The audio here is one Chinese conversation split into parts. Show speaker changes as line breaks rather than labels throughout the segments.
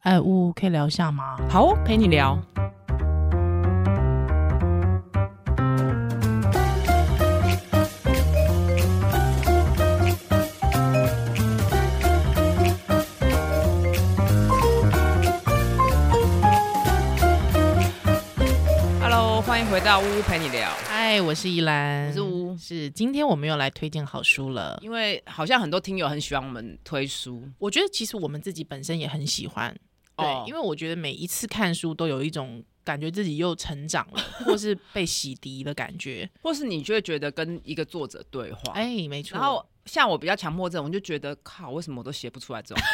哎，呜，可以聊一下吗？
好哦，陪你聊。Hello，欢迎回到屋屋陪你聊。
嗨，我是依兰，
我是屋
是今天我们又来推荐好书了。
因为好像很多听友很喜欢我们推书，
我觉得其实我们自己本身也很喜欢，对，
哦
因为我觉得每一次看书都有一种感觉自己又成长了，或是被洗涤的感 觉。
或是你就会觉得跟一个作者对话，
哎，没错。
然后像我比较强迫症，我就觉得靠，为什么我都写不出来这种？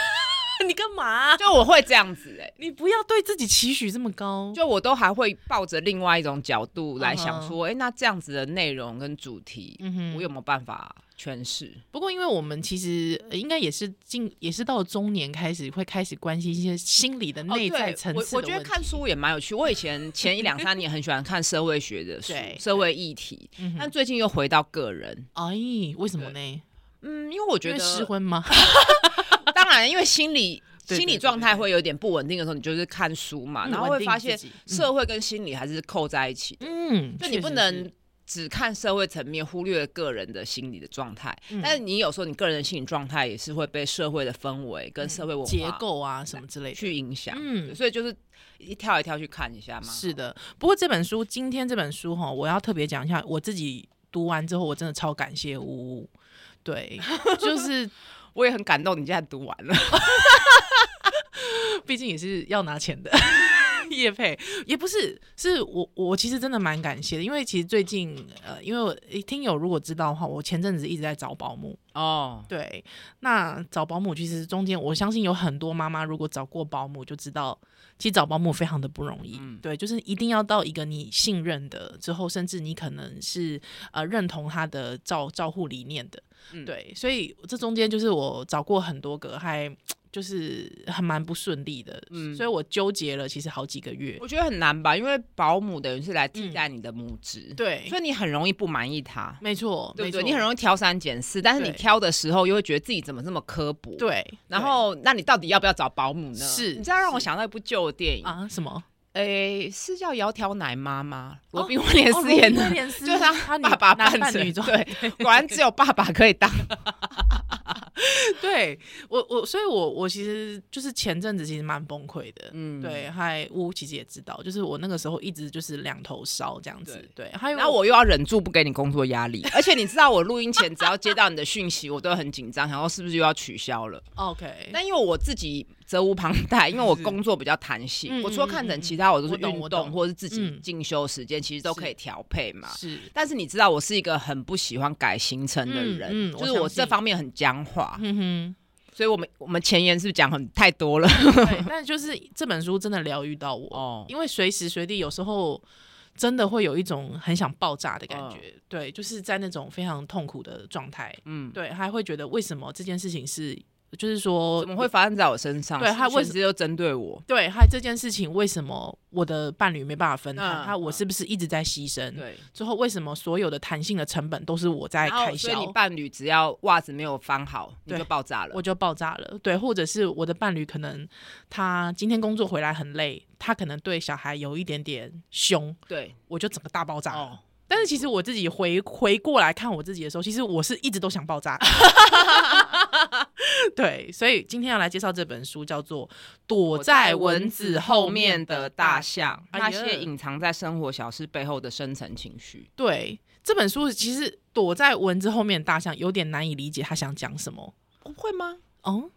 你干嘛？
就我会这样子哎、
你不要对自己期许这么高。
就我都还会抱着另外一种角度来想
嗯哼
说，哎、那这样子的内容跟主题，
嗯哼
我有没有办法诠释？
不过，因为我们其实呃应该也是近，也是到了中年开始会开始关心一些心理的
哦
嗯内在
对
层
我
次的
我
问题。
觉得看书也蛮有趣。我 以前前一两三年很喜欢看社会学的书
对、
社会议题，
嗯哼
但最近又回到个人。
哎，为什么呢？
嗯，因为我
因
觉
为
得
失婚吗？
当然，因为心理
对对
心理
对
状态
对
会有点不稳定的时候，你就是看书嘛，
嗯
然后
稳
会
定
发
自
现
己嗯
社会跟心理还是扣在一起的。
嗯，
就你
确
不
实
能
是
只看社会层面，忽略个人的心理的状态。
嗯
但是你有时候你个人的心理状态也是会被社会的氛围跟社会文
嗯
化
结构啊什么之类的。
去影响。
嗯
所以就是一跳一跳去看一下嘛。
是的，不过这本书今天这本书哈，我要特别讲一下，我自己读完之后，我真的超感谢呜呜。对， 就是
我也很感动，你现在读完 了。
毕竟也是要拿钱的 叶配，也不是，是我我其实真的蛮感谢的，因为其实最近呃，因为我诶听友如果知道的话，我前阵子一直在找保姆，
哦，
对，那找保姆其实中间，我相信有很多妈妈如果找过保姆就知道，其实找保姆非常的不容易。
嗯
对，就是一定要到一个你信任的之后，甚至你可能是呃认同他的照照护理念的。
嗯
对，所以这中间就是我找过很多个，还就是还蛮不顺利的，
嗯
所以我纠结了其实好几个月。
我觉得很难吧，因为保姆等于是来替代你的母职，
嗯对
所，以你很容易不满意他，
没错，
对
没
不
错，
对？你很容易挑三拣四，但是你
对
挑的时候又会觉得自己怎么这么刻薄，
易。对，
然后，那你到底要不要找保姆呢？
是
你知道让我想到一部旧的电影
对，啊什么？
诶、是叫《窈窕奶妈》吗？
哦
罗宾威廉斯演的，
廉斯，
就是
他
他
女
爸爸
男
扮
扮
成
女装，
对，果然只有爸爸可以当。
对我我，所以我我其实就是前阵子其实蛮崩溃的。
嗯，
对，还乌其实也知道，就是我那个时候一直就是两头烧这样子。对，还有
然后我又要忍住不给你工作压力，而且你知道，我录音前只要接到你的讯息，我都很紧张，想说是不是又要取消了。
哦 OK，
但因为我自己责无旁贷，因为我工作比较弹
嗯
性，
嗯
我除了看诊，其他我都是
我懂
运
我
动
懂
或者是自己
嗯
进修时间，其实都
是
可以调配嘛。
是
但是你知道，我是一个很不喜欢改行程的
嗯
人，
嗯
就是
我
我
相
这
信嗯
方面很僵化。
哼 哼，
所以我们我们前言是不是讲很太多了？
对，但就是这本书真的疗愈到我，
哦，
因为随时随地有时候真的会有一种很想爆炸的感觉。对，就是在那种非常痛苦的状态，
嗯，
对，还会觉得为什么这件事情是，就是说
怎么会发生在我身上？
对
是不是
他为
全世界都针对我。
对，还有这件事情，为什么我的伴侣没办法分摊？
嗯
他我是不是一直在牺牲？，
对，
最后为什么所有的弹性的成本都是我在
然后
开
所以
销
你？伴侣只要袜子没有翻好，你
对
就爆炸了。
我就爆炸了，对，或者是我的伴侣可能他今天工作回来很累，他可能对小孩有一点点凶，
对，
我就整个大爆炸了。
哦
但是其实我自己回回过来看我自己的时候，其实我是一直都想爆炸。 对，所以今天要来介绍这本书，叫做《躲在蚊子后面的大
象
哎
那
呀
些隐藏在生活小事背后的深层情绪。
对，这本书其实躲在文字后面的大象有点难以理解他想讲什么。
不会吗？
哦，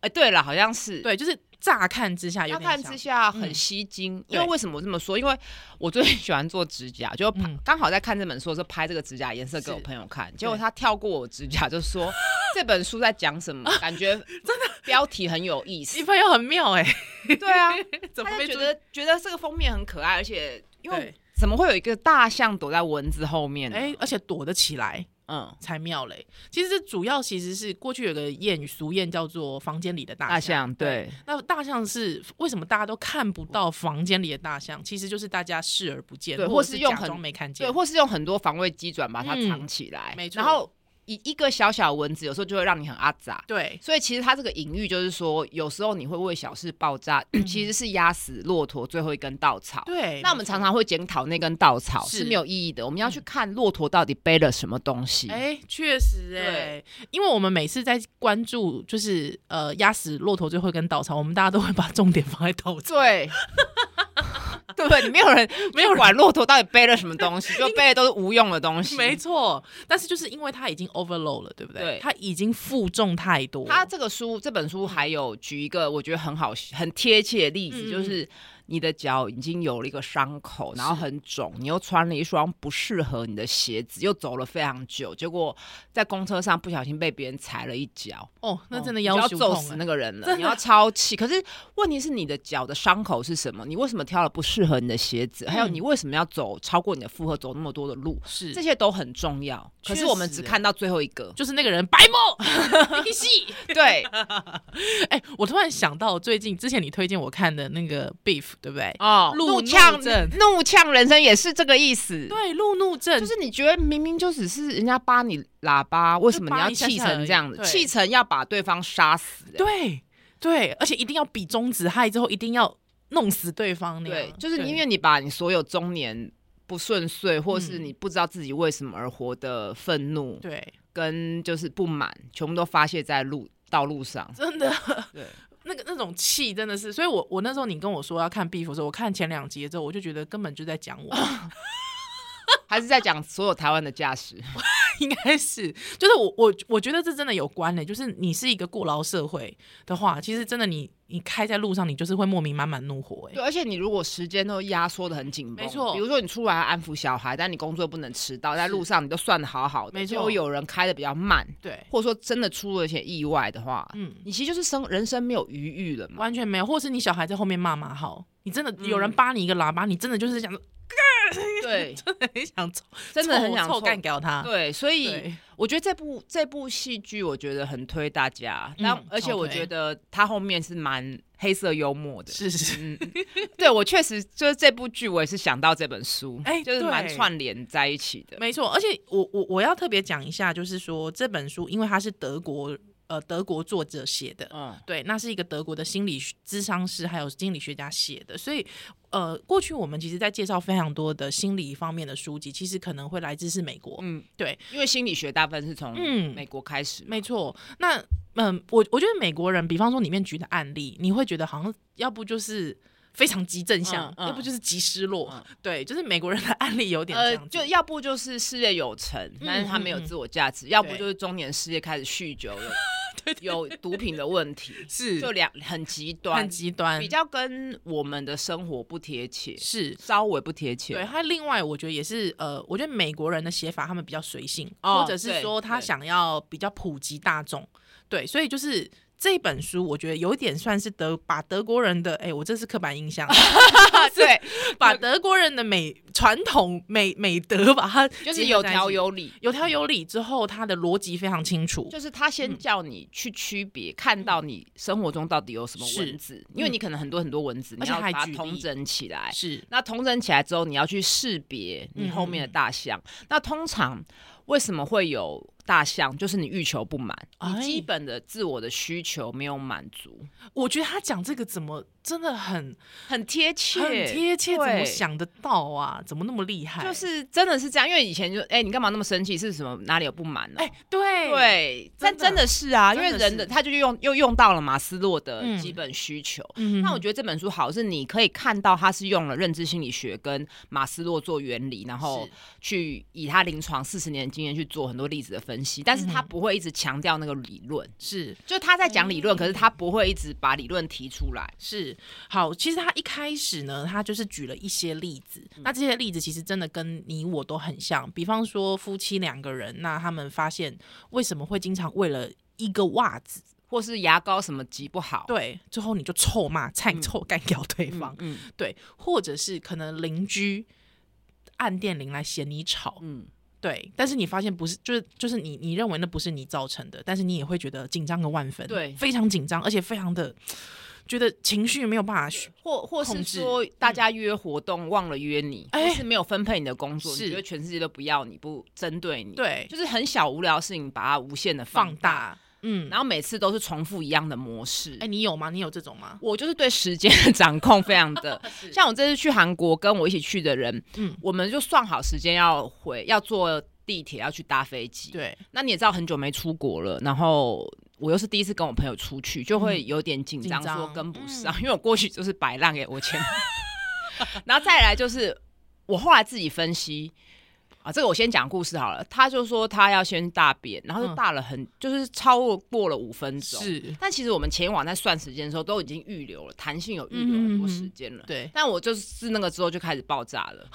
哎，对了，好像是。
对，就是乍看之下有
乍
点
看
像
之下
嗯
很吸睛，
对
因为为什么我这么说？因为我最近喜欢做指甲，就拍
嗯
刚、好在看这本书的时候拍这个指甲颜色给我
是
朋友看，结果他跳过我指甲就 说这本书在讲什么，感觉 真的标题很有意
你
思。
朋友很妙哎、
对啊，
怎么
他
被
就觉
注
得觉得这个封面很可爱，而且因为
对
怎么会有一个大象躲在蚊子后面呢？
哎、而且躲得起来
嗯，
才妙嘞。其实这主要其实是过去有个谚语俗谚叫做“房间里的大象”
大象对，
那大象是为什么大家都看不到房间里的大象？其实就是大家视而不见，
对
或
或
者
是
是
用
假
很
装没看见
对，。或是用很多防卫机转把它藏起来，
嗯没错
然后一一个小小文字，有时候就会让你很阿杂。
对，
所以其实它这个隐喻就是说，有时候你会为小事 爆炸，其实是压死骆驼最后一根稻草。
对，
那我们常常会检讨那根稻草
是嗯
是没有意义的，我们要去看骆驼到底背了什么东西。
哎，确实哎、因为我们每次在关注就是呃压死骆驼最后一根稻草，我们大家都会把重点放在稻草。
对， 对不对？你没有人没有管骆驼到底背了什么东西，就背的都是无用的东 西。
没错，但是就是因为它已经 overload 了，对不对？
对
它已经负重太多。
他这个书这本书还有举一个我觉得很好、很贴切的例子，
嗯嗯
就是你的脚已经有了一个伤口，然后很肿，你又穿了一双不适合你的鞋子，又走了非常久，结果在公车上不小心被别人踩了一脚，
哦，那真
哦
的
你
要
就要
求
揍
痛
死
哎
那个人了，
真
你
的
要超气。可是问题是你的脚的伤口是什么？你为什么挑了不适合你的鞋子？还有
嗯
你为什么要走超过你的负荷，走那么多的路？
是
这些都很重要，可
确
是我们
实
只
欸。
看到最后一个
就是那个人白目，你戏。
对，
哎、我突然想到最近之前你推荐我看的那个 Beef，对不对？
哦，
路怒
呛
症
怒呛人生也是这个意思。
对，啊路怒症
就。是你觉得明明就只是人家扒你喇叭，为什么你
扒
要
一下
气
下而
成
已
这样子？
对
气成要把对方杀死、欸
对对，而且一定要比中指嗨之后，一定要弄死对方那
对
样。，
就是因
对
为你把你所有中年不顺遂，或是
嗯
你不知道自己为什么而活的愤怒
对，
跟就是不满，全部都发泄在路道路上。
真的
对，
那个那种气真的是，所以我我那时候你跟我说要看 Beef 的时候，我看前两集之后，我就觉得根本就在讲我，
啊还是在讲所有台湾的驾驶。
应该是就是我我我觉得这真的有关的、就是你是一个过劳社会的话，其实真的你你开在路上，你就是会莫名满满怒火、欸，
对，啊而且你如果时间都压缩的很紧绷，
没错
比如说你出来要安抚小孩，但你工作不能迟到，在
是
路上你都算的好好的，
没
结
错
果有人开的比较慢，
对，
或者说真的出了一些意外的话，
嗯。
你其实就是生人生没有余裕了嘛。
完全没有，或是你小孩在后面骂骂号，你真的
嗯
有人扒你一个喇叭，你真的就是想，
对，
真的很想凑，
真的很
凑
想
凑
凑
干掉他。
对，所以
对，
我觉得这部这部戏剧，我觉得很推大家。
嗯
但、而且
超
我
推
觉得它后面是蛮黑色幽默的。
是是，
嗯，对我确实就是这部剧，我也是想到这本书，
哎
就是
对
蛮串联在一起的。
没错。而且我我我要特别讲一下，就是说这本书，因为它是德国呃德国作者写的，
嗯，
对，那是一个德国的心理学咨商师还有心理学家写的，所以呃，过去我们其实在介绍非常多的心理方面的书籍，其实可能会来自是美国，
嗯，
对，
因为心理学大部分是从
嗯
美国开始嘛，
没错，那嗯，我我觉得美国人，比方说里面举的案例，你会觉得好像要不就是非常极正向，
嗯嗯
要不就是极失落，
嗯
对，就是美国人的案例有点这
呃
样，子。
就要不就是事业有成，但是他没有自我价值；要不就是中年事业开始酗酒，嗯 有有毒品的问题，
是
就两很极端
很，极端
比，较跟我们的生活不贴切，
是。
稍微不贴切。
对，还有另外，我觉得也是，呃，我觉得美国人的写法，他们比较随性，
哦
或者是
对
说他
对
想要比较普及大众，对，所以就是这本书，我觉得有一点算是德把德国人的，哎、我这是刻板 印象，
对，
把德国人的美传统美美德把它
就是
结合
有
在一
条
起
有理。
有条有理之后，他的逻辑非常清楚。
就是他
嗯
先叫你去区别，看到你生活中到底有什么文字，因为你可能很多很多文字，
嗯而
你
且
要
还
把它
举例
统整起来。
是
那统整起来之后，你要去识别你后
嗯
面的大象。那通常为什么会有大象？就是你欲求不满，
哎
你基本的自我的需求没有满足，
我觉得他讲这个怎么真的很
很贴切，
很贴切，怎么
对？
想得到啊？怎么那么厉害？
就是真的是这样，因为以前就哎、你干嘛那么生气？是什么哪里有不满呢、
哎、对
对，但
真
真
的
的是啊，因
真
为
的
人的
是
他就用又用到了马斯洛的
嗯
基本需求。
嗯
那我觉得这本书好，是你可以看到他是用了认知心理学跟马斯洛做原理，然后
是
去以他临床四十年的经验去做很多例子的分析，但是他不会一直强调那个理论，
嗯是嗯
就他在讲理论，可是他不会一直把理论提出来。
是好，其实他一开始呢，他就是举了一些例子。
嗯
那这些例子其实真的跟你我都很像，比方说夫妻两个人，那他们发现为什么会经常为了一个袜子，
或是牙膏什么挤不好，
对，最后你就臭骂、菜臭干掉对方
哦嗯，，嗯
对，或者是可能邻居按电铃来嫌你吵，
嗯，
对，但是你发现不是，就是就是你你认为那不是你造成的，但是你也会觉得紧张个万分，
对
非常紧张，而且非常的觉得情绪没有办法去，
或或
控
是
制嗯
说大家约活动忘了约你，
哎
就是没有分配你的工作，
是
你觉得全世界都不要你，不针对你，，
对，
就是很小无聊的事情，把它无限的
放
大，
大，嗯，
然后每次都是重复一样的模式。
哎、你有吗？你有这种吗？，
我就是对时间的掌控非常的
是
像我这次去韩国，跟我一起去的人，
嗯
我们就算好时间要回，要坐地铁，要去搭飞机。，
对，
那你也知道很久没出国了，然后我又是第一次跟我朋友出去，就会有点紧张，
紧张嗯
说跟不上，因为我过去就是摆烂给我前， 然后再来就是我后来自己分析。啊，这个我先讲故事好了。他就说他要先大便，然后就
嗯
大了很，就是超过过了五分钟。
是，
但其实我们前一晚在算时间的时候，都已经预留了弹性，有预留
嗯哼
很
嗯
多
哼
时间了。
对，
但我就是那个之后就开始爆炸了，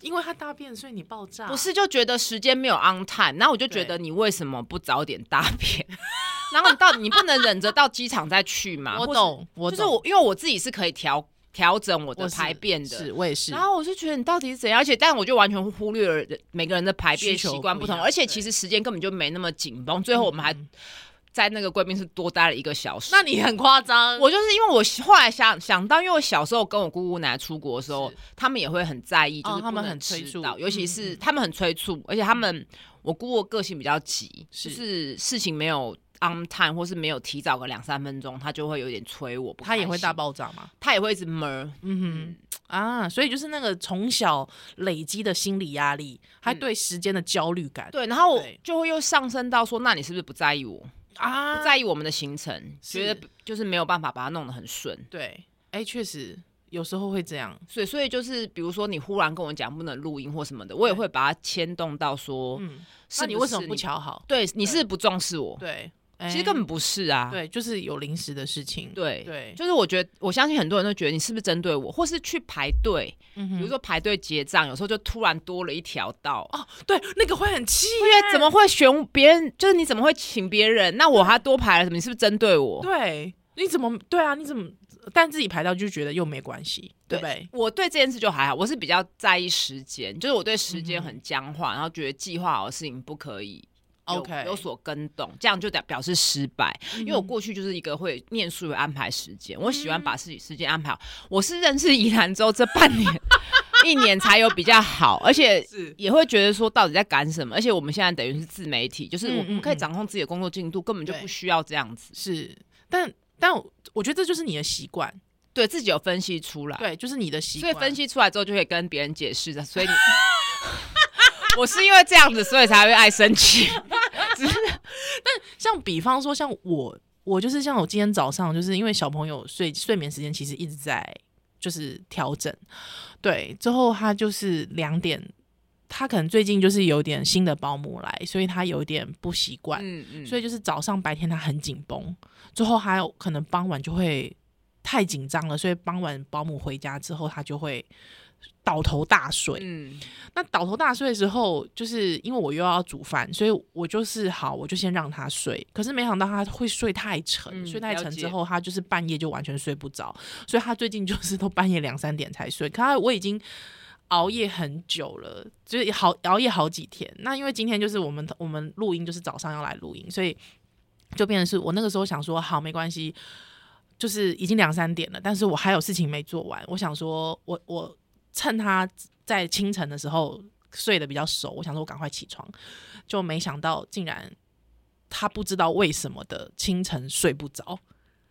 因为他大便，所以你爆炸，
不是就觉得时间没有 on time，然后我就
对
觉得你为什么不早点大便？ 然后你到你不能忍着到机场再去嘛？
我
或是，
懂，我
就是
懂
我因为我自己是可以调调整我的
我是
排便的，
是我也是
然，后我就觉得你到底是怎样，而且但我就完全忽略了人每个人的排便
需求
习惯不同，
不一样
而且其实时间根本就没那么紧绷。最后我们还
嗯
在那个贵宾室多待了一个小时。
那你很夸张，
我就是因为我后来想想到，因为我小时候跟我姑姑奶奶出国的时候
是，
他们也会很在意，就是
哦他们
不能
很催
迟
促
到尤其
嗯
是
嗯
他们很催促，而且他们我姑姑个性比较急，
是
就是事情没有 on time 或是没有提早个两三分钟，他就会有点催我，不
他也
开
会大
心，
爆炸吗？
他也会一直闷。
嗯哼，啊，所以就是那个从小累积的心理压力，还对时间的焦虑感，
对，然后我
嗯对
就会又上升到说，那你是不是不在意我，
啊
不，在意我们的行程，
是
觉得就是没有办法把它弄得很顺。
对，哎、确实有时候会这样，
所以，所以就是，比如说你忽然跟我讲不能录音或什么的，我也
对
会把它牵动到说，
嗯，
是
那你为什么
是
不？瞧好？
对，你是不重视我，
对，
其实根本不是啊。
哎对，就是有临时的事情，
对
对，
就是我觉得，我相信很多人都觉得你是不是针对我，或是去排队，
嗯
比
哼
如说排队结账，有时候就突然多了一条道。
哦，对，那个会很气
对
耶，
呀，怎么会选别人？就是你怎么会请别人？那我还多排了什么？你是不是针对我？
对？你怎么对啊？你怎么？但自己排到就觉得又没关系，对不对？
我对这件事就还好，我是比较在意时间，就是我对时
嗯
间很僵化，然后觉得计划好的事情不可以有
OK
有所跟动，这样就表表示失败。因为我
嗯
过去就是一个会念书有安排时间，我喜欢把自己时间安排好。我是认识宜兰之后这半年 一年才有比较好，而且。
是
也会觉得说到底在赶什么，而且我们现在等于是自媒体，就是我
嗯嗯
们可以
嗯
掌控自己的工作进度，根本就
对
不需要这样子。
是，但但我我觉得这就是你的习惯，
对自己有分析出来，
对，就是你的习
所
惯，
以分析出来之后就可以跟别人解释的。所以你 我是因为这样子，所以才会爱生气。
像比方说，像我，我就是像我今天早上，就是因为小朋友睡睡眠时间其实一直在就是调整，对，之后他就是两点，他可能最近就是有点新的保姆来，所以他有点不习惯，
嗯嗯
所
以
以就是早上白天他很紧绷，之后还有可能傍晚就会太紧张了，所以傍晚保姆回家之后，他就会倒头大睡，
嗯
那倒头大睡的时候，就是因为我又要煮饭，所以我就是好，我就先让他睡。可是没想到他会睡太沉，
嗯
睡太沉之
了解
后，他就是半夜就完全睡不着，所以他最近就是都半夜两三点才睡。可他我已经熬夜很久了，就是好熬夜好几天。那因为今天就是我们我们录音就是早上要来录音，所以就变成是我那个时候想说，好没关系，就是已经两三点了，但是我还有事情没做完。我想说我我趁他在清晨的时候睡得比较熟，我想说我赶快起床，就没想到竟然他不知道为什么的清晨睡不着，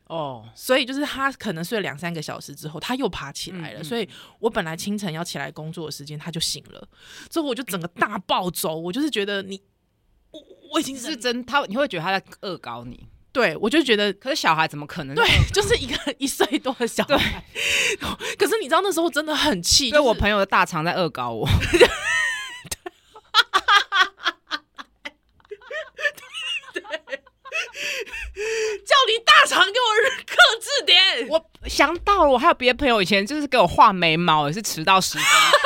哦，
所以就是他可能睡了两三个小时之后，他又爬起来了。
嗯嗯
所以我本来清晨要起来工作的时间，他就醒了，之后我就整个大暴走，我就是觉得你。我我已经
你
是
是真他，你会觉得他在恶搞你。
对我就觉得
可是小孩怎么可能？
对，就是一个一岁多的小 孩。可是你知道那时候真的很气，
所以我
就是
朋友的大肠在恶搞我。
叫你大肠给我克制点。
我想到了，我还有别的朋友以前就是给我画眉毛，也是迟到十分钟，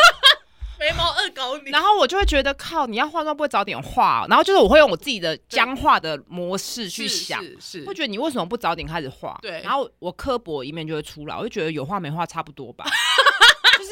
眉毛恶搞你。
然后我就会觉得靠，你要化妆不会早点化哦、然后就是我会用我自己的僵化的模式去想，
是是
会觉得你为什么不早点开始画？
对
然后我刻薄一面就会出来，我就觉得有画没画差不 多吧。就是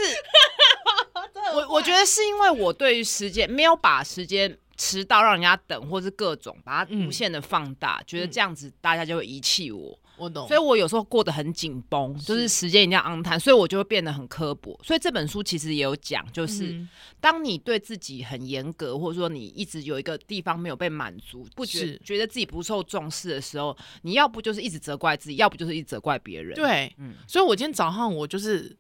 我我觉得是因为我对于时间没有把时间迟到让人家等，或是各种把它
嗯
无限的放大，觉得这样子大家就会遗弃我。
我懂
所以。我有时候过得很紧绷，就是
是
时间一定要 on time，所以我就会变得很刻薄。所以这本书其实也有讲，就是、
嗯
当你对自己很严格，或者说你一直有一个地方没有被满足，不觉
是
觉得自己不受重视的时候，你要不就是一直责怪自己，要不就是一直责怪别人。，
对，
嗯
所以我今天早上我就是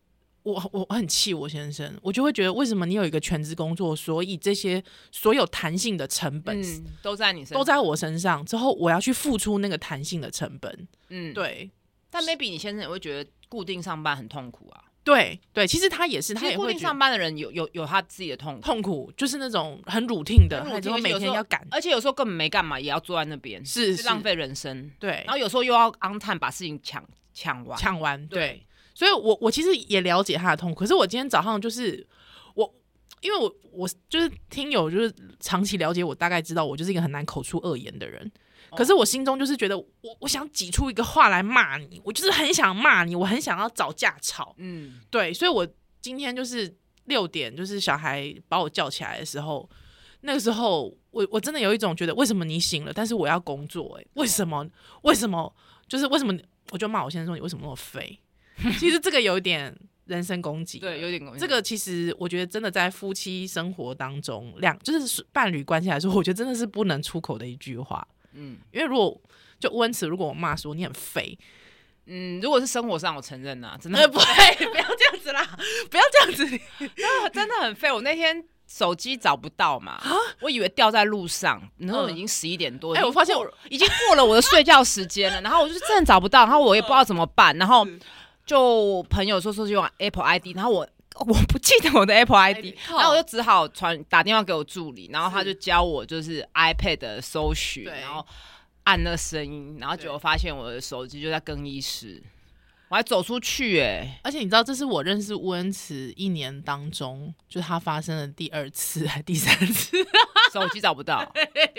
我我很气我先生，我就会觉得为什么你有一个全职工作，所以这些所有弹性的成本。
嗯，都在你身上，
都在我身上，之后我要去付出那个弹性的成本。
嗯。
对，
但 maybe 你先生也会觉得固定上班很痛苦啊。
对，对，其实他也是，
其
他
实
也
固
会
定
觉
上
得
班的人有有有他自己的痛苦，
痛苦，就是那种很 routine 的，
很
他
routine，
之后每
而且有时
天
候呃
要赶，
而且有时候根本没干嘛，也要坐在那边，
是
就是浪费人生。
对
然，后有时候又要 on time 把事情抢抢完。
抢完，
对
对，所以我我其实也了解他的痛苦，可是我今天早上就是我，因为我我就是听友就是长期了解我，大概知道我就是一个很难口出恶言的人。
哦
可是我心中就是觉得我，我想挤出一个话来骂你，我就是很想骂你，我很想要找架吵。
嗯，
对，所以我今天就是六点，就是小孩把我叫起来的时候，那个时候我我真的有一种觉得，为什么你醒了，但是我要工作、欸，为什么？为什么？就是为什么你？我就骂我先生说你为什么那么废？ 其实这个有一点人身攻击，啊
对，有。点
这个其实我觉得真的在夫妻生活当中，两就是伴侣关系来说，我觉得真的是不能出口的一句话。
嗯
因为如果就温慈，如果我骂说你很肥，
嗯，如果是生活上，我承认啊，真的
呃，不会， 不要这样子啦，不要这样子。
真的很废。我那天手机找不到嘛，我以为掉在路上，然后已经十一点多。
啊哎
已经
我发现
过已经过了我的睡觉时间了，然后我就真的找不到，然后我也不知
嗯
道怎么办，然后就朋友说说是用 Apple ID，然后我。 我不记得我的 Apple ID，
哎靠
然后我就只好传打电话给我助理，然后他就教我就是 iPad 的搜寻，
对
然后按那个声音，然后结果发现我的手机就在更衣室，我还走出去哎、
而且你知道，这是我认识乌恩慈一年当中，就他发生的第二次还第三次，
手机找不到，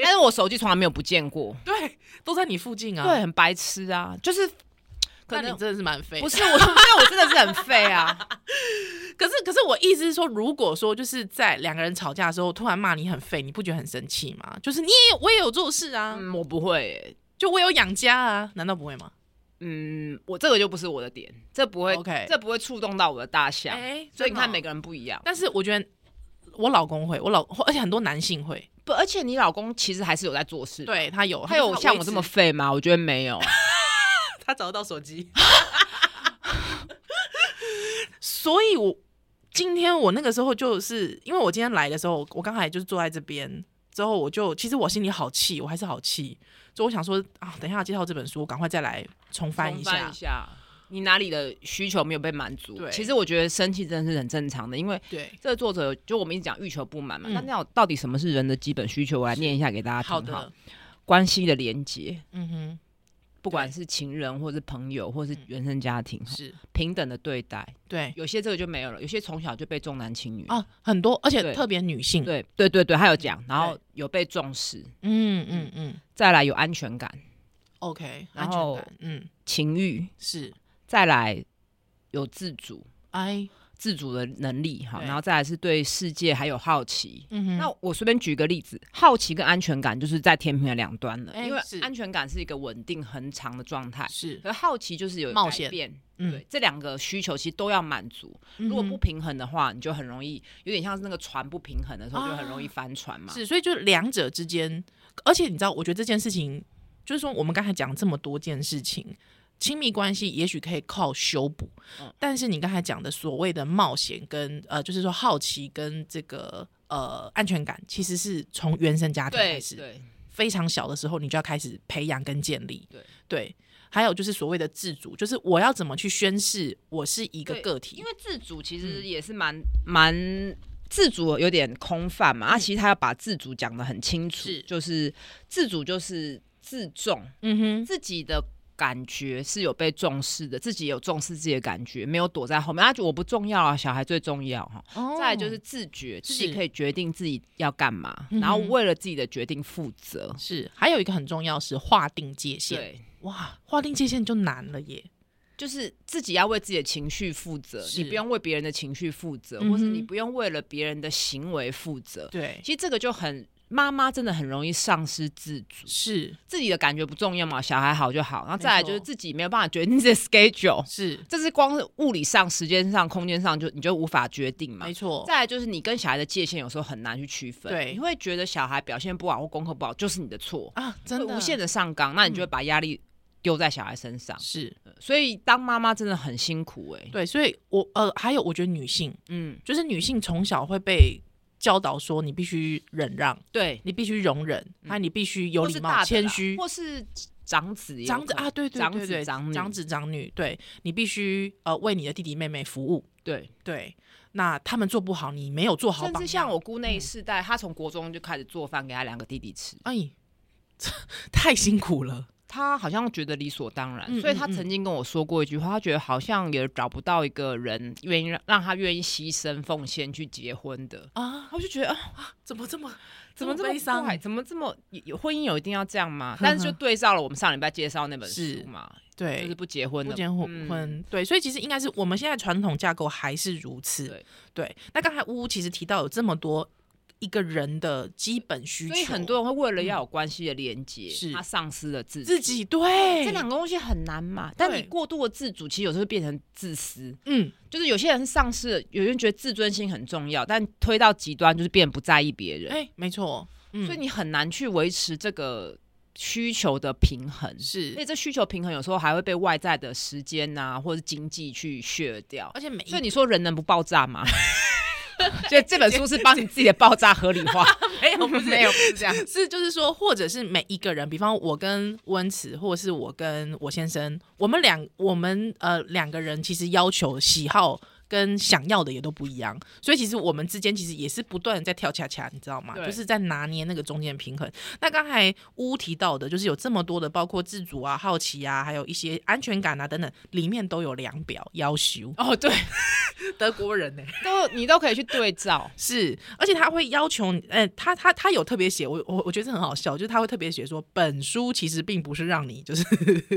但是我手机从来没有不见过，
对，都在你附近啊。
对，，很白痴啊，就是可
可
能
你真的是蛮废。
不是 我，因为我真的是很废啊，
可是可是我意思是说，如果说就是在两个人吵架的时候，突然骂你很废，你不觉得很生气吗？就是你也有我也有做事啊，
嗯，我不会欸、
就我有养家啊，难道不会吗？
嗯，我这个就不是我的点，这不会
OK
这不会触动到我的大象，
哎
所以你看
真的哦
每个人不一样，
但是我觉得我老公会，我老而且很多男性会，
不，而且你老公其实还是有在做事，，
对他有，
他有像我这么
就是
废吗？我觉得没有，
他维持他找得到手机， 所以我今天我那个时候就是因为我今天来的时候，我刚才就是坐在这边。之后我就其实我心里好气，我还是好气，所以我想说啊，等一下介绍这本书，我赶快再来重翻一
重
下。
你哪里的需求没有被满足？
对
其实我觉得生气真的是很正常的，因为
对，
这个作者就我们一直讲欲求不满嘛，
嗯
那那到底什么是人的基本需求？我来念一下给大家听。
好的，
关系的连接，
嗯哼，
不管是情人或是朋友或是原生家庭，
嗯是
平等的对待，
对
有些这个就没有了，有些从小就被重男轻女。
啊，很多，而且
对
特别女性，
对对对对，他有讲，然后有被重视，
嗯嗯嗯
再来有安全感、
，OK，
然
安
后
全感，嗯，
情欲，
是，
再来有自主。
哎，
自主的能力哈，
对
然后再来是对世界还有好奇，
嗯哼，
那我随便举一个例子，好奇跟安全感就是在天平的两端了，
哎
因为
是
安全感是一个稳定恒长的状态，
是，
而好奇就是有
冒
改
险
变。
嗯
对，这两个需求其实都要满足。
如
如果不平衡的话，你就很容易有点像是那个船不平衡的时候，
啊
就很容易翻船嘛。
是，所以就是两者之间，而且你知道，我觉得这件事情，就是说我们刚才讲这么多件事情，亲密关系也许可以靠修补，
嗯
但是你刚才讲的所谓的冒险跟呃，就是说好奇跟这个呃安全感，其实是从原生家庭
对
开始，
对，
非常小的时候你就要开始培养跟建立，
对
还有就是所谓的自主，就是我要怎么去宣示我是一个
对
个体
因，为自主其实
嗯
也是蛮蛮。自主有点空泛嘛，啊，其实他要把自主讲得很清
嗯
楚，
是
就是自主就是自重，
嗯哼，
自己的感觉是有被重视的，自己有重视自己的感觉，没有躲在后面。啊，我不重要啊，小孩最重要哈。再来就是自觉，自己
哦是
可以决定自己要干嘛，
嗯哼
然后为了自己的决定负责。
哦是，还有一个很重要是划定界限。
对，
哇，划定界限就难了耶。
就是自己要为自己的情绪负责，
是
你不用为别人的情绪负责，
嗯哼
或是你不用为了别人的行为负责。
对，
其实这个就很妈妈真的很容易丧失自主，
是
自己的感觉不重要嘛，小孩好就好。然后再来就是
没错
自己没有办法决 定自己的 schedule，
是，
这是光是物理上、时间上、空间上就你就无法决定嘛
没。错，
再来就是你跟小孩的界限有时候很难去区分，
对
你会觉得小孩表现不好或功课不好就是你的错，
啊，真
会
的嗯
无限的上纲，那你就会把压力丢在小孩身上。
是
所以当妈妈真的很辛苦哎、
对，所以我呃，还有我觉得女性
嗯，
就是女性从小会被教导说，你必须忍让，
对，
你必须容忍，啊，你必须有
嗯或
礼
是
貌、
大的啦
谦虚。
或是长子也有
长子
可能
啊，对对
长
对
子
对，
长女
长子长女，对你必须呃为你的弟弟妹妹服务，
对，
对，那他们做不好，你没有做好嗯
甚
榜
至
样，
像我姑那一世代，她从国中就开始做饭给她两个弟弟吃，
哎， 太辛苦了，
她好像觉得理所当然，
嗯
所以她
嗯嗯
曾经跟我说过一句话，她觉得好像也找不到一个人愿意让让她愿意牺牲奉献去结婚的。
啊，
我就觉得啊，
怎么这么
怎么这
这
么
么悲伤
怪？怎么这么有婚姻有一定要这 样吗？但是就对照了我们上礼拜介绍那本
是
书嘛，就是
对？
不结婚
不
的嗯
结婚婚、对，所以其实应该是我们现在传统架构还是如此。
对
对，那刚才呜呜其实提到有这么多一个人的基本需求，
所以很多人会为了要有关系的连接，
是
他丧失了嗯自
自
己。
己对
这两个东西很难嘛，但
对
你过度的自主，其实有时候会变成自私。
嗯
就是有些人丧失了，有些人觉得自尊心很重要，但推到极端就是变不在意别人，
哎、没错，嗯，
所以你很难去维持这个需求的平衡。而
是
且这需求平衡有时候还会被外在的时间呐、或者是经济去削掉。
而且每一
所以你说人能不爆炸 吗？所以这本书是帮你自己的爆炸合理化，
没有不
没有不是这样。
是，就是说，或者是每一个人，比方我跟温慈，或者是我跟我先生，我们两我们呃两个人其实要求、喜好跟想要的也都不一样，所以其实我们之间其实也是不断的在跳恰恰，你知道吗？
对
就是在拿捏那个中间平衡。那刚才乌提到的，就是有这么多的，包括自主啊、好奇啊，还有一些安全感啊等等，里面都有量表要求。
哦，对，
德国人呢、
都你都可以去对照。
是，而且他会要求你，呃，他他他有特别写，我我我觉得这很好笑，就是他会特别写说，本书其实并不是让你就是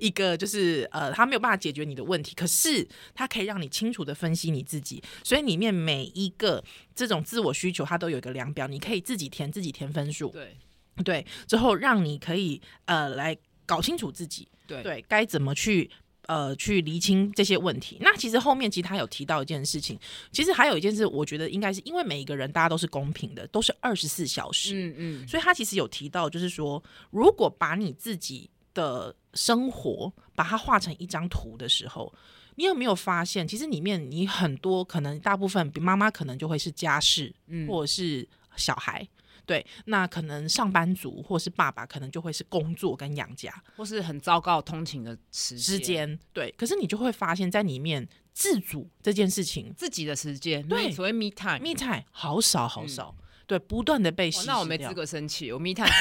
一个就是呃，他没有办法解决你的问题，可是他可以让你清楚的分析你自己，所以里面每一个这种自我需求，它都有一个量表，你可以自己填自己填分数，
对
对，之后让你可以呃来搞清楚自己，
对
对，该怎么去呃去厘清这些问题。那其实后面其实他有提到一件事情，其实还有一件事，我觉得应该是因为每一个人大家都是公平的，都是二十四小时，
嗯嗯，
所以他其实有提到，就是说，如果把你自己的生活把它画成一张图的时候。你有没有发现，其实里面你很多可能大部分，比妈妈可能就会是家事，
嗯
或者是小孩，对，那可能上班族或是爸爸可能就会是工作跟养家，
或是很糟糕通勤的时
之间，对，可是你就会发现，在里面自主这件事情
自己的时间，
对
没所谓 me time。
，me time 好少好少，对，不断的被稀
嗯哦
释
那我没
掉
资，格生气，我 me time 超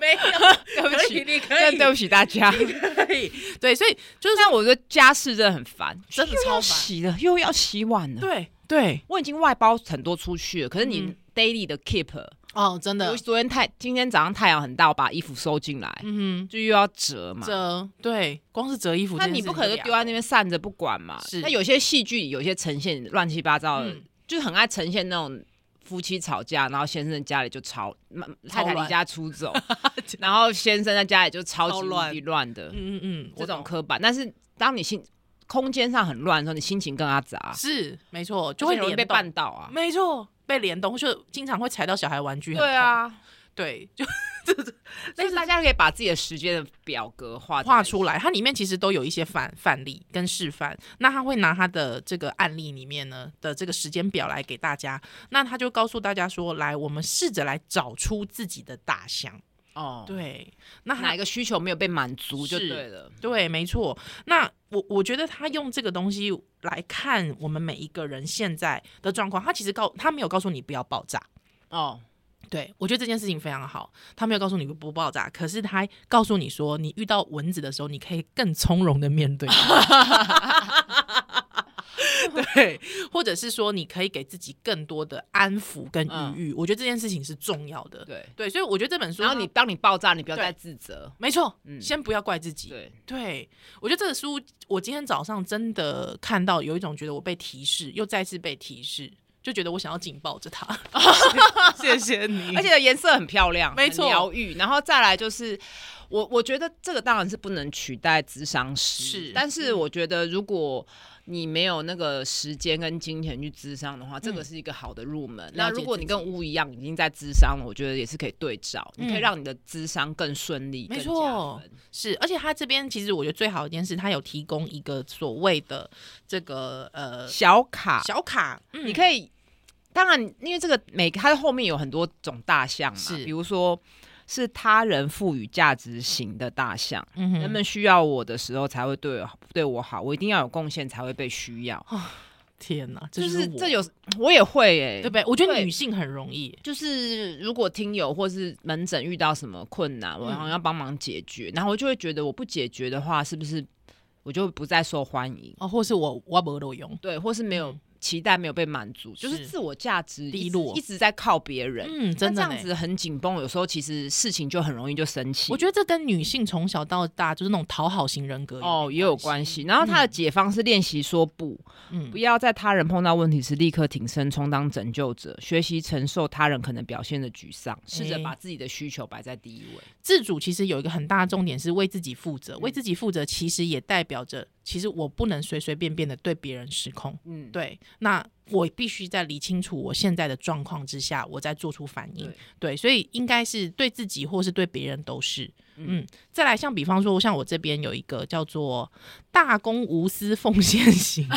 没有，
多，对不起，
你可
真的对不起 大家。
可以，对，所以就是
但我觉得家事真的很烦，
真的
又
超
要
烦
洗了，又要洗碗了。
对 对，
我已经外包很多出去了，可是你
嗯
daily 的 keep，
哦，真
我
的，
昨天太今天早上太阳很大，我把衣服收进来，
嗯
就又要折嘛
哼，。折，对，光是折衣服这
那
件事
你
情就
不
两
可
个，
能就丢在那边散着不管嘛
是？
那有些戏剧有些呈现乱七八糟的，
嗯
就是很爱呈现那种夫妻吵架，然后先生家里就吵，妈太太
乱
离家出 走，然后先生在家里就超
超
级
乱
无敌乱的
嗯嗯嗯，
这
我
种
懂
刻板。但是当你心空间上很乱的时候，你心情更阿杂，
是没错，就
就
会
会容易
联
被
动
绊，倒啊。
没错，被联动，就经常会踩到小孩玩具，
对，啊，
对，就
所以大家可以把自己的时间的表格画
画
来。
出来，它里面其实都有一些范范例跟示范。那他会拿他的这个案例里面呢的这个时间表来给大家，那他就告诉大家说，来，我们试着来找出自己的大象。
哦，
对，那
哪
他
一个需求没有被满足就是对了。
对，没错。那我我觉得他用这个东西来看我们每一个人现在的状况，他其实告他没有告诉你不要爆炸。
哦，
对，我觉得这件事情非常好。他没有告诉你不爆炸，可是他告诉你说，你遇到蚊子的时候，你可以更从容的面对它。 对，或者是说，你可以给自己更多的安抚跟
嗯
余裕。我觉得这件事情是重要的。
对。
对，所以我觉得这本书，
然后你当你爆炸，你不要
对
再自责。
没错，
嗯
先不要怪自己。
对，
对，我觉得这个书，我今天早上真的看到有一种觉得我被提示，又再次被提示。就觉得我想要紧抱着 他。谢谢你，
而且颜色很漂亮，
没错
很疗愈。然后再来就是，我我觉得这个当然是不能取代智商师，
是嗯
但是我觉得如果你没有那个时间跟金钱去智商的话，这个是一个好的入门。那
嗯了解
如果你
自己
跟乌一样已经在智商了，我觉得也是可以对照，你可以
嗯
让你的智商更顺利，
没
更
错
加分
是，而且他这边其实我觉得最好的一件事，他有提供一个所谓的这个呃
小卡，
小卡，嗯
你可以，当然，因为这个每它后面有很多种大象嘛，
是
比如说是他人赋予价值型的大象，
嗯哼
人们需要我的时候才会对我对我好，我一定要有贡献才会被需要，
天哪，
就
哦就是我
这有我也会诶、
对不对？我觉得
对
女性很容易，
就是如果听友或是门诊遇到什么困难，我
嗯
好像要帮忙解决，然后我就会觉得我不解决的话，是不是我就不再受欢迎？
哦，或是我我没有用，
对，或是没有
嗯
期待没有被满足，就是
是
自我价值一
低
直
落
一直在靠别人。
嗯，
那
真
这
的
样
呢。
子很紧绷，有时候其实事情就很容易就生气。
我觉得这跟女性从小到大就是那种讨好型人格有
哦
点
也有关系。然后他的解方是练习说不，
嗯
不要在他人碰到问题时立刻挺身充当拯救者，学习承受他人可能表现的沮丧，试着
哎
把自己的需求摆在第一位。
自主其实有一个很大的重点是为自己负责，为自己负责其实也代表着，其实我不能随随便便的对别人失控。
嗯，
对，那我必须在理清楚我现在的状况之下，我再做出反应。
对
对，所以应该是对自己或是对别人都是。
嗯
嗯，再来，像比方说，像我这边有一个叫做“大公无私奉献型”，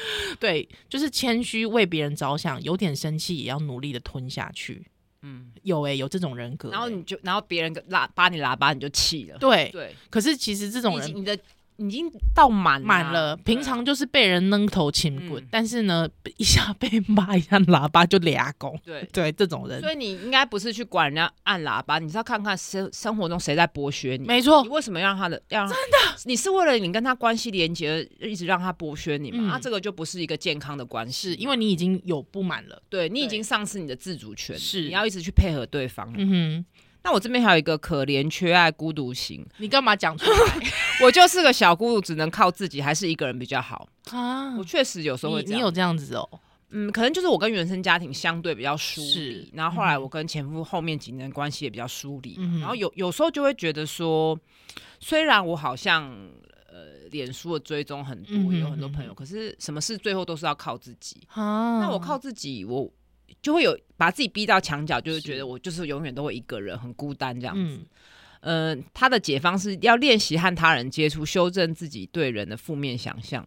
对，就是谦虚为别人着想，有点生气也要努力的吞下去。
嗯，
有诶、有这种人格欸、
然后你就，然后别人拉把你喇叭，你就气了。
对，
对，
可是其实这
你
种
已经
人
你的已经到满
满了，
对啊
平常就是被人扔头轻滚，
嗯
但是呢， 一下被骂，一下喇叭就俩拱。
对。
对，这种人
所以你应该不是去管人家按喇叭，你是要看看生生活中谁在剥削你。
没错
你，为什么让他的让真的？你是为了你跟他关系连接，一直让他剥削你嘛？
嗯
那、这个就不是一个健康的关系，
是因为你已经有不满了。
对你已
对
经丧失你的自主权，
是
你要一直去配合对方。
嗯
那我这边还有一个可怜、缺爱、孤独型，
哼，你干嘛讲出来
我就是个小孤独，只能靠自己，还是一个人比较好。
啊
我？确实有时候会
你
这
你
样
有这样子哦？
嗯，可能就是我跟原生家庭相对比较疏离
是，嗯
然后后来我跟前夫后面几年关系也比较疏离，
嗯哼
然后有有时候就会觉得说，虽然我好像呃，脸书的追踪很多，
嗯哼
有很多
嗯哼
朋友，可是什么事最后都是要靠自己。
啊，
那我靠自己，我就会有把自己逼到墙角，就是觉
是
得我就是永远都会一个人，很孤单这样子。
嗯
嗯、呃，他的解方是要练习和他人接触，修正自己对人的负面想象，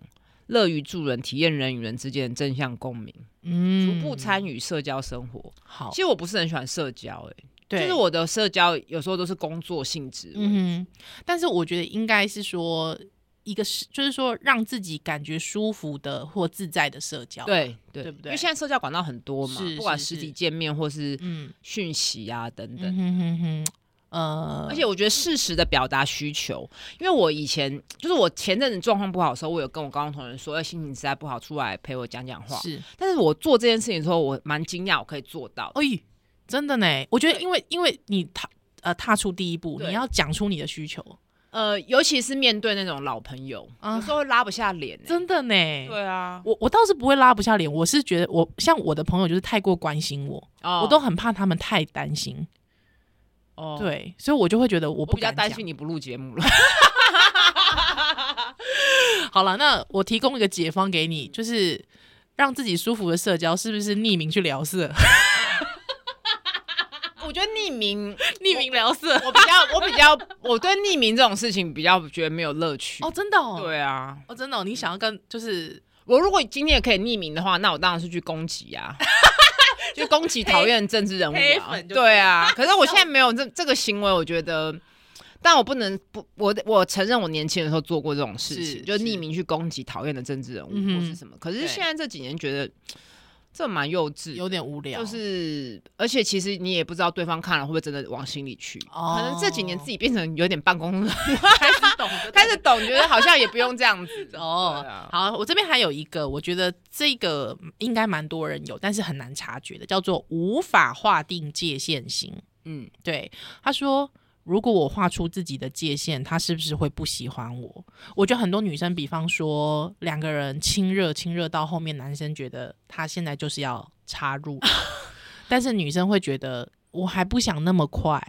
乐于助人，体验人与人之间的正向共鸣。
嗯
逐步参与社交生活。
好
其，实我不是很喜欢社交、欸，
对，
就是我的社交有时候都是工作性质。嗯
嗯哼，但是我觉得应该是说一个是，就是说让自己感觉舒服的或自在的社交。，
对对
对不对
因为现在社交管道很多嘛，
是
不管
是
实体
是
见面或是
嗯，
讯息啊等等。
嗯哼哼哼，呃，
而且我觉得适时的表达需求，因为我以前就是我前阵子状况不好的时候，我有跟我高中同学说，哎，心情实在不好，出来陪我讲讲话。
是，
但是我做这件事情的时候，我蛮惊讶，我可以做到。
哎、真的呢，我觉得
对
因为因为你踏呃踏出第一步，
对
你要讲出你的需求，
呃，尤其是面对那种老朋友，
啊
有时候拉不下脸、欸。
真的呢。
对啊，
我我倒是不会拉不下脸，我是觉得我像我的朋友就是太过关心我，
哦
我都很怕他们太担心，
哦
对，所以我就会觉得我
我
不
比较
敢
担
讲
心你不录节目了。
好了，那我提供一个解方给你，就是让自己舒服的社交，是不是匿名去聊色？
我觉得匿名，
匿名聊色？
我比较，我比较，我对匿名这种事情比较觉得没有乐趣。
哦，真的哦，，
对啊，
哦，真的、哦，你想要跟就是
我如果今天也可以匿名的话，那我当然是去攻击 啊，就攻击讨厌的政治人物
黑
啊。
粉就
对啊，可是我现在没有这这个行为，我觉得。但我不能不，我我承认我年轻的时候做过这种事
是
情，就是匿名去攻击讨厌的政治人物
嗯哼
或是什么。可是
对
现在这几年觉得这蛮幼稚的，
有点无聊，
就是，而且其实你也不知道对方看了会不会真的往心里去。
哦
可能这几年自己变成有点 办公 室，
开始懂得
开始懂，觉得好像也不用这样子。
哦
对。啊
好，我这边还有一个，我觉得这个应该蛮多人有，但是很难察觉的，叫做无法划定界限型。
嗯，
对，他说，如果我画出自己的界限，他是不是会不喜欢我？我觉得很多女生，比方说两个人亲热，亲热到后面，男生觉得他现在就是要插入， 但是女生会觉得我还不想那么快，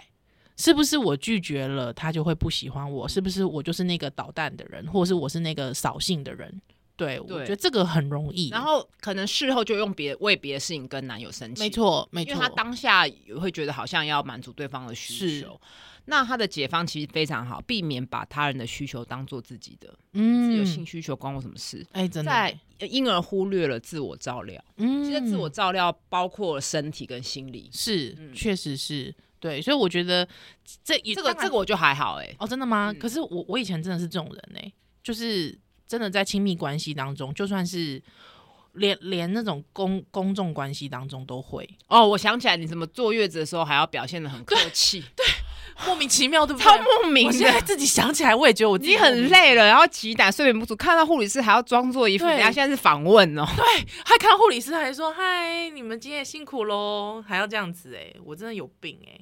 是不是我拒绝了他就会不喜欢我？是不是我就是那个捣蛋的人，或者是我是那个扫兴的人？对，我
对
觉得这个很容易。
然后可能事后就用别为别的事情跟男友生气，
没，错，没
因为
错，
他当下也会觉得好像要满足对方的需
是
求。那他的解放其实非常好，避免把他人的需求当做自己的，
嗯
有性需求关我什么事？
哎、真的，
在呃因而忽略了自我照料。
嗯
其实自我照料包括身体跟心理，
是
嗯，
确、实是对，所以我觉得这也
这个
当然
这个我就还好哎、
哦，真的吗？
嗯
可是我我以前真的是这种人呢、就是真的在亲密关系当中，就算是连连那种公公众关系当中都 会
哦，我想起来，你怎么坐月子的时候还要表现的很客气，
莫名其妙，对不对？
超莫名
我现在
的。
自己想起来，我也觉得我自己
你很
累，
累了，然后起胆睡眠不足，看到护理师还要装作一副，
对
人家现在是访问哦。
还看护理师还说嗨，你们今天也辛苦喽，还要这样子哎、我真的有病哎、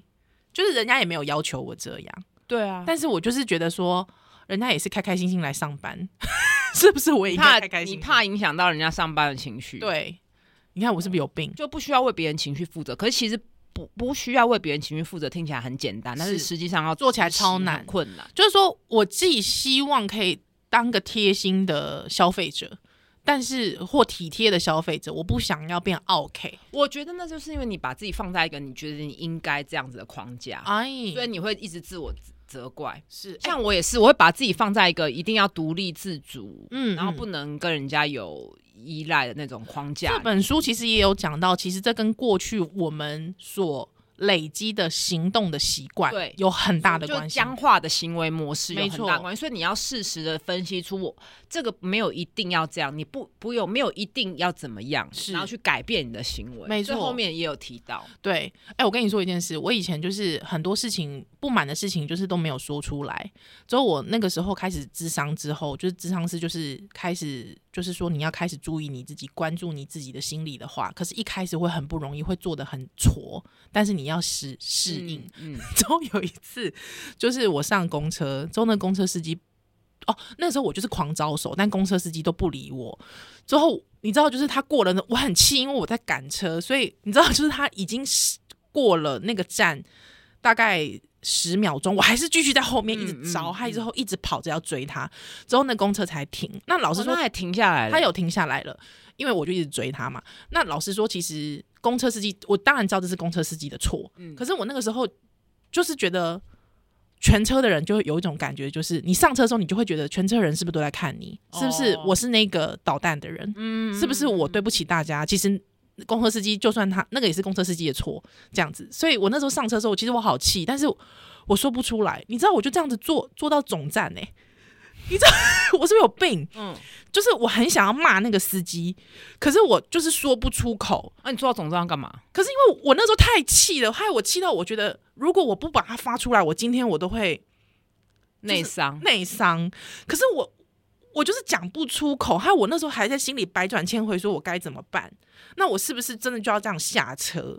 就是人家也没有要求我这样。
对啊，
但是我就是觉得说，人家也是开开心心来上班， 是不是？我也
你
应该
怕
开开
你
心心
怕影响到人家上班的情绪，，
对？你看我是不是有病？
就不需要为别人情绪负责。可是其实不不需要为别人情绪负责，听起来很简单，但是
是
实际上要
做起来
执
超
行
难
很困难。
就是说我自己希望可以当个贴心的消费者，但是或体贴的消费者，我不想要变 OK。
我觉得那就是因为你把自己放在一个你觉得你应该这样子的框架，
哎，
所以你会一直自我责责怪。
是哎
像我也是，我会把自己放在一个一定要独立自主，
嗯
然后
嗯
不能跟人家有依赖的那种框架
这。本书其实也有讲到，其实这跟过去我们所累积的行动的习惯
对
有很大的
就是
关系。
僵化的行为模式有
没
很
错
大关系，所以你要适时的分析出我这个没有一定要这样，你不不有没有一定要怎么样，
是
然后去改变你的行为。
没
所以
错
后面也有提到，
对，哎、我跟你说一件事，我以前就是很多事情不满的事情，就是都没有说出来。之后我那个时候开始智商之后，就是智商师就是开始就是说你要开始注意你自己，关注你自己的心里的话，可是一开始会很不容易，会做的很挫，但是你要适适应。
嗯，嗯，
之后有一次，就是我上公车，之后那公车司机，哦，那时候我就是狂招手，但公车司机都不理我。之后你知道，就是他过了呢，我很气，因为我在赶车，所以你知道，就是他已经是过了那个站，大概。十秒钟，我还是继续在后面一
嗯嗯
直找，他
嗯
之后一直跑着要追他，之后那公车才停。那老
老
实
师
说
说，他也哦停下来了，
他有停下来了，因为我就一直追他嘛。那老实说，其实公车司机，我当然知道这是公车司机的错，
嗯
可是我那个时候就是觉得。全车的人就会有一种感觉，就是你上车的时候，你就会觉得全车人是不是都在看你？是不是
哦
我是那个捣蛋的人？
嗯，嗯
是不是我对不起大家？其实公车司机就算他那个也是公车司机的错，这样子。所以我那时候上车的时候，其实我好气，但是我说不出来。你知道，我就这样子坐坐到总站呢、欸你知道 我是不是有病？
嗯，
就是我很想要骂那个司机，可是我就是说不出口。
那、你做到总账干嘛？
可是因为我那时候太气了，害我气到我觉得，如果我不把它发出来，我今天我都会就是
内伤，
内伤。可是我我就是讲不出口，害我那时候还在心里百转千回，说我该怎么办？那我是不是真的就要这样下车？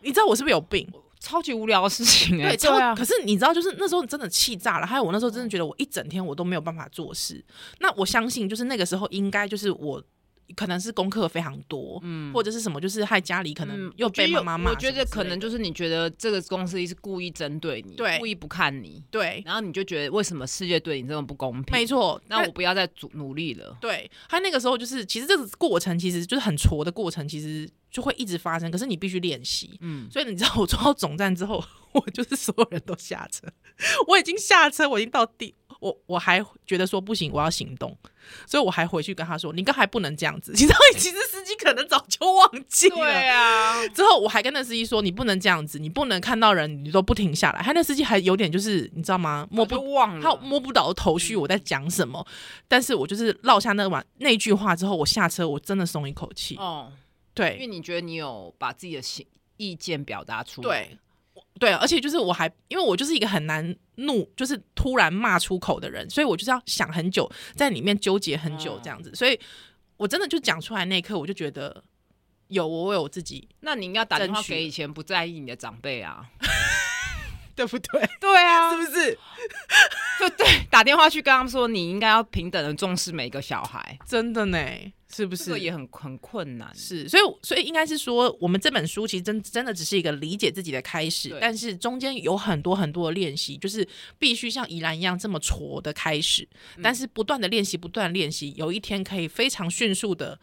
你知道我是不是有病？
超级无聊的事情哎、
对，
对
超、
啊
可，是你知道，就是那时候真的气炸了，还有我那时候真的觉得我一整天我都没有办法做事。那我相信，就是那个时候应该就是我可能是功课非常多，嗯，或者是什么，就是害家里可能又被妈妈骂
嗯我
什么之
觉
类的、
得可能就是你觉得这个公司是故意针对你，
对
故意不看你，
对，
然后你就觉得为什么世界对你这么不公平？
没错。
那
那
我不要再努努力了。
对他那个时候就是，其实这个过程其实就是很挫的过程，其实就会一直发生。可是你必须练习，
嗯，
所以你知道我坐到总站之后， 我就是所有人都下车，我已经下车，我已经到地，我我还觉得说不行，我要行动，所以我还回去跟他说，你刚才不能这样子，你知道，其实司机可能早就忘记了。
啊，
之后我还跟那司机说，你不能这样子，你不能看到人你都不停下来。他那司机还有点就是你知道吗？摸
我
不
就忘
他
了。
摸不到头绪我在讲什么，但是我就是落下那晚那句话之后，我下车我真的松一口气。
哦，因为
对
你觉得你有把自己的心意见表达出来，
对对，而且就是我还因为我就是一个很难怒，就是突然骂出口的人，所以我就是要想很久，在里面纠结很久
嗯
这样子，所以我真的就讲出来那一刻，我就觉得有我为我自己
那你应该打电话
争取
给以前不在意你的长辈啊，
对不 对？
对啊，
是不是？
就对，打电话去跟他们说，你应该要平等的重视每一个小孩，
真的呢，是不
这
是？
个也很很困难。
是，所以所以应该是说，我们这本书其实真真的只是一个理解自己的开始
对，
但是中间有很多很多的练习，就是必须像怡兰一样这么挫的开始，但是不断的练习，不断地练习，有一天可以非常迅速的。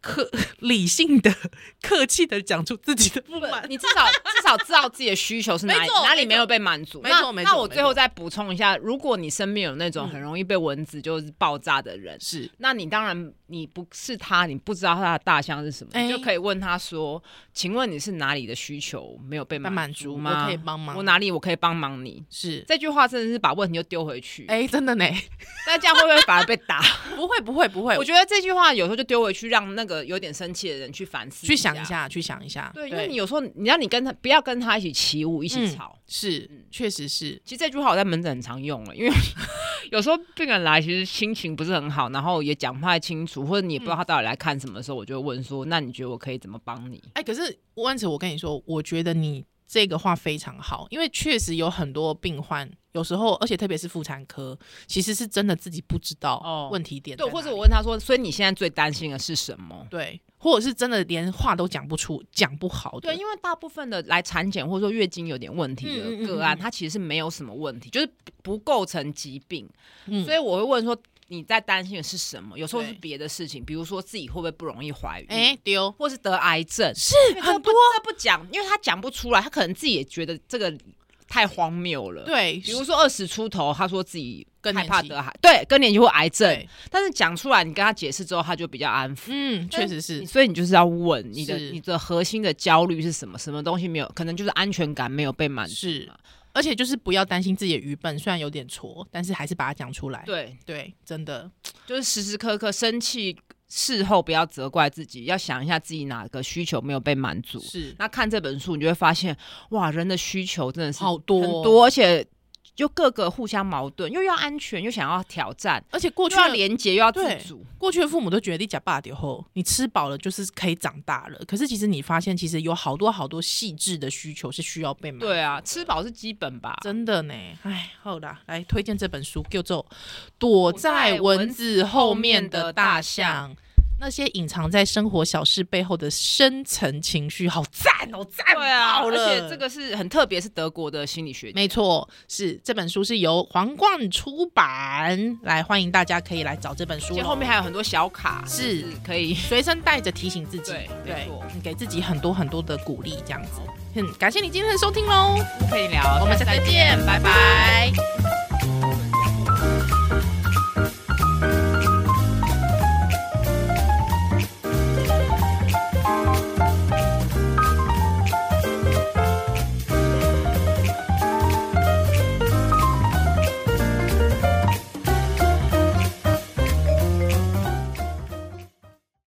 客 理性的、客气的讲出自己的不满，
你至少至少知道自己的需求是哪
没
里
错
哪里没有被满足。
没错
那
没错
那我
没
最后
错嗯
再补充一下，如果你身边有那种很容易被蚊子就是爆炸的人，
是
那你当然你不是他，你不知道他的大象是什么，你就
哎
可以问他说：“请问你是哪里的需求没有被
被满
足
足
吗？
我可以帮忙
我哪里我可以帮忙你。”
是，
这句话真的是把问题就丢回去，
哎、真的呢，
那这样会不会反而被 打？
不会不会不会，
我
我
觉得这句话有时候就丢回去，让那个有点生气的人去反思、
去想一。下，去想一下，
对，因为你有时候你让你跟他不要跟他一起起舞，一起
嗯
吵。
是，确实是，
其实这句话我在门诊很常用了，因为 有时候病人来其实心情不是很好，然后也讲不太清楚，或者你也不知道他到底来看什么的时候，我就会问说：“那你觉得我可以怎么帮你
哎、可是万慈，我跟你说，我觉得你这个话非常好，因为确实有很多病患，有时候，而且特别是妇产科，其实是真的自己不知
哦
道问题？”点、
对，或者我问他说：“所以你现在最担心的是什么
对，或者是真的连话都讲不出，讲不好？”的。
对，因为大部分的来产检或者说月经有点问题
嗯嗯嗯
的个案，
嗯
他其实是没有什么问题，就是不构成疾病，
嗯
所以我会问说你在担心的是什么？有时候是
对
别的事情，比如说自己会不会不容易怀孕，
哎丢、
或是得癌症，
是
因为这个
很
不
多
这不讲，因为他讲不出来，他可能自己也觉得这个太荒谬了。，
对，
比如说二十出头，他说自己
更
害
年
怕
期
得癌，对，更年期或癌症
对，
但是讲出来，你跟他解释之后，他就比较安抚。
嗯，确实是，
所以你就是要问你的
是
你的核心的焦虑是什么？什么东西没有？可能就是安全感没有被满足
是
嘛。
而且就是不要担心自己的愚笨，虽然有点挫，但是还是把它讲出来。
对，
对，真的
就是时时刻刻生气，事后不要责怪自己，要想一下自己哪个需求没有被满足。
是
那看这本书，你就会发现，哇，人的需求真的是
好多
很多，而且就各个互相矛盾，又要安全，又想要挑战，
而且过
又
去
要
的
连接，又要自
对
主。
过去的父母都觉得你假爸丢后，你吃饱了就是可以长大了。可是其实你发现，其实有好多好多细致的需求是需要被满足。
对啊，吃饱是基本吧。
真的呢，哎，好啦，来推荐这本书，叫做《躲在蚊子后面的大象》，那些隐藏在生活小事背后的深层情绪，好赞哦，赞
对啊，
爆
而
了！
且这个是很特别，是德国的心理学家。
没错，是这本书是由皇冠出版，来欢迎大家可以来找这本书
其
咯。
实后面还有很多小卡
是
就可以。
随身带着提醒自己，
对没错
你给自己很多很多的鼓励，这样子。嗯，感谢你今天的收听喽，
可以聊，
我们下次见，拜拜